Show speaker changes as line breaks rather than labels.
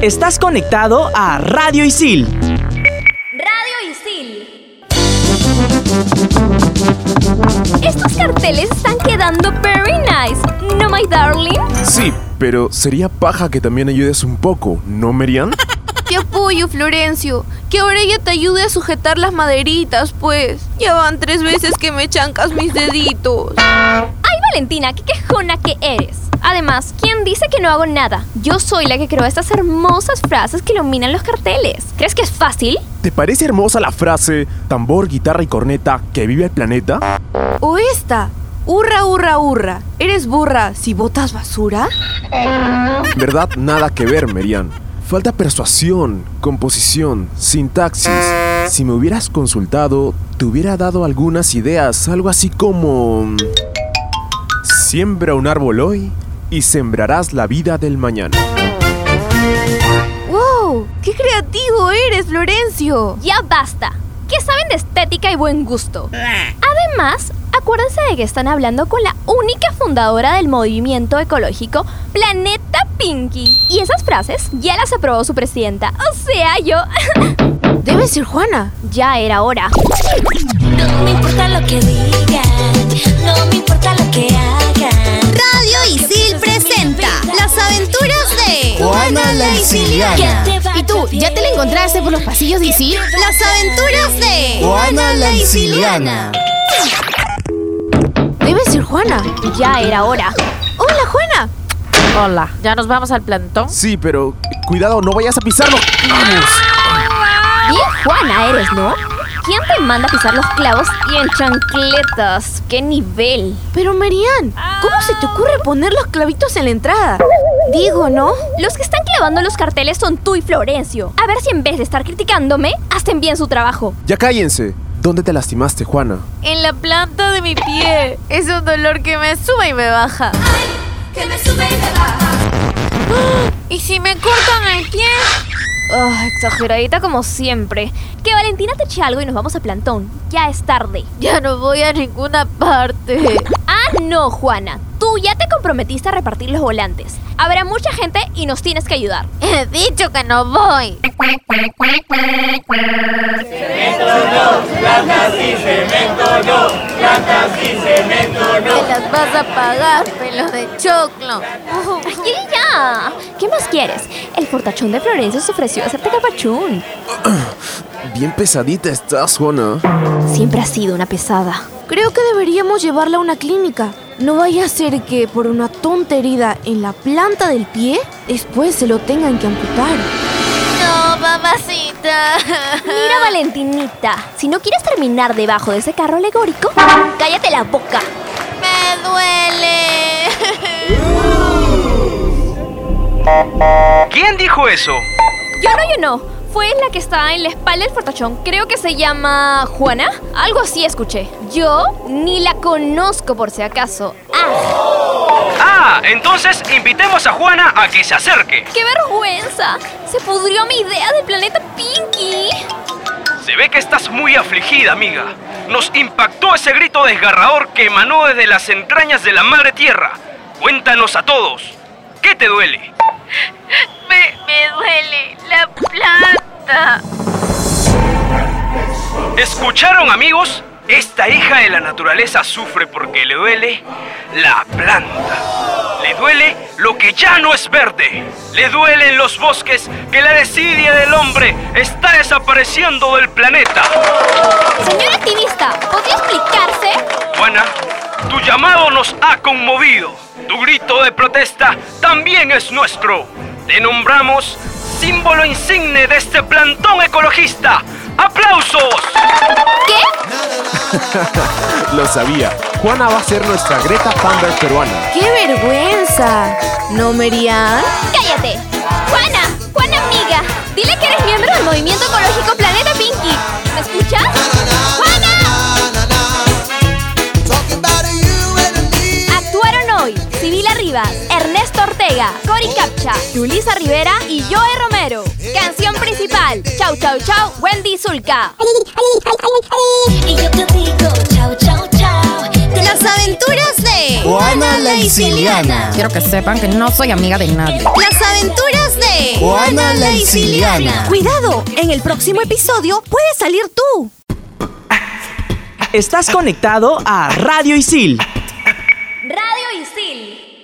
Estás conectado a Radio Isil.
Radio Isil. Estos carteles están quedando very nice, ¿no, my darling?
Sí, pero sería paja que también ayudes un poco, ¿no, Merian?
¡Qué apoyo, Florencio! Que ahora ella te ayude a sujetar las maderitas, pues. Ya van tres veces que me chancas mis deditos.
¡Ay, Valentina, qué quejona que eres! Además, ¿quién dice que no hago nada? Yo soy la que creó estas hermosas frases que iluminan los carteles. ¿Crees que es fácil?
¿Te parece hermosa la frase tambor, guitarra y corneta que vive el planeta?
O esta. Hurra, hurra, hurra. ¿Eres burra si botas basura?
¿Verdad? Nada que ver, Merian. Falta persuasión, composición, sintaxis. Si me hubieras consultado, te hubiera dado algunas ideas, algo así como... Siembra un árbol hoy y sembrarás la vida del mañana.
¡Wow! ¡Qué creativo eres, Florencio!
Ya basta. ¿Qué saben de estética y buen gusto? Además, acuérdense de que están hablando con la única fundadora del movimiento ecológico Planeta Pinky. Y esas frases ya las aprobó su presidenta. O sea, yo...
Debe ser Juana.
ya era hora.
No me importa lo que digan, no me importa lo que hagan.
Radio Isil presenta Las aventuras de Juana la Isiliana.
¿Y tú? ¿Ya te la encontraste por los pasillos de Isil?
Las aventuras de Juana la Isiliana.
Debe ser Juana.
Ya era hora.
¡Hola, Juana!
Hola, ¿ya nos vamos al plantón?
Sí, pero cuidado, no vayas a pisarlo. ¡Vamos!
Bien Juana eres, ¿no? ¿Quién te manda a pisar los clavos y en chancletas? ¡Qué nivel!
Pero, Marian, ¿cómo se te ocurre poner los clavitos en la entrada? Digo, ¿no?
Los que están clavando los carteles son tú y Florencio. A ver si en vez de estar criticándome, hacen bien su trabajo.
Ya cállense. ¿Dónde te lastimaste, Juana?
En la planta de mi pie. Es un dolor que me sube y me baja. ¿Y si me cortan el pie?
Ah, exageradita como siempre. Que Valentina te eche algo y nos vamos a plantón. Ya es tarde.
Ya no voy a ninguna parte.
Ah, no, Juana. Tú ya te comprometiste a repartir los volantes. Habrá mucha gente y nos tienes que ayudar.
He dicho que no voy. Cemento no, plantas y cemento no, plantas y cemento no. Te las vas a pagar, pelo de choclo.
Ay, ya, ya. ¿Qué más quieres? El portachón de Florencio se ofreció a hacerte capachún.
Bien pesadita estás, Juana.
Siempre ha sido una pesada.
Creo que deberíamos llevarla a una clínica. No vaya a ser que por una tonta herida en la planta del pie, después se lo tengan que amputar.
No, mamacita.
Mira, Valentinita, si no quieres terminar debajo de ese carro alegórico, cállate la boca.
Me duele.
¿Quién dijo eso?
Yo no, yo no. Fue la que está en la espalda del fortachón. Creo que se llama Juana. Algo así escuché. Yo ni la conozco por si acaso. ¡Ah!
Ah, entonces invitemos a Juana a que se acerque.
¡Qué vergüenza! Se pudrió mi idea del planeta Pinky.
Se ve que estás muy afligida, amiga. Nos impactó ese grito desgarrador que emanó desde las entrañas de la madre tierra. Cuéntanos a todos. ¿Qué te duele?
Me, me duele la planta.
¿Escucharon, amigos? Esta hija de la naturaleza sufre porque le duele la planta. Le duele lo que ya no es verde. Le duelen los bosques que la desidia del hombre está desapareciendo del planeta.
Señor activista, ¿podría explicarse?
Juana, tu llamado nos ha conmovido. Tu grito de protesta también es nuestro. Te nombramos símbolo insigne de este plantón ecologista. ¡Aplausos!
¿Qué?
Lo sabía. Juana va a ser nuestra Greta Thunberg peruana.
¡Qué vergüenza! ¿No, Merian?
¡Cállate! Juana, Juana amiga, dile que eres miembro del movimiento ecológico Planeta Pinky. ¿Me escuchas? ¡Juana! Actuaron hoy Sibila Rivas, Ernesto Ortega, Cori Capcha, Yulisa Rivera y Joe Romero. Canción principal, Chau Chau Chau, Wendy Zulka.
Y yo te digo, chao, chao, chao. Te
Las aventuras de
Juana la Isiliana.
Quiero que sepan que no soy amiga de nadie.
Las aventuras de
Juana la Siciliana.
Cuidado, en el próximo episodio puedes salir tú.
Estás conectado a Radio Isil.
Radio Isil.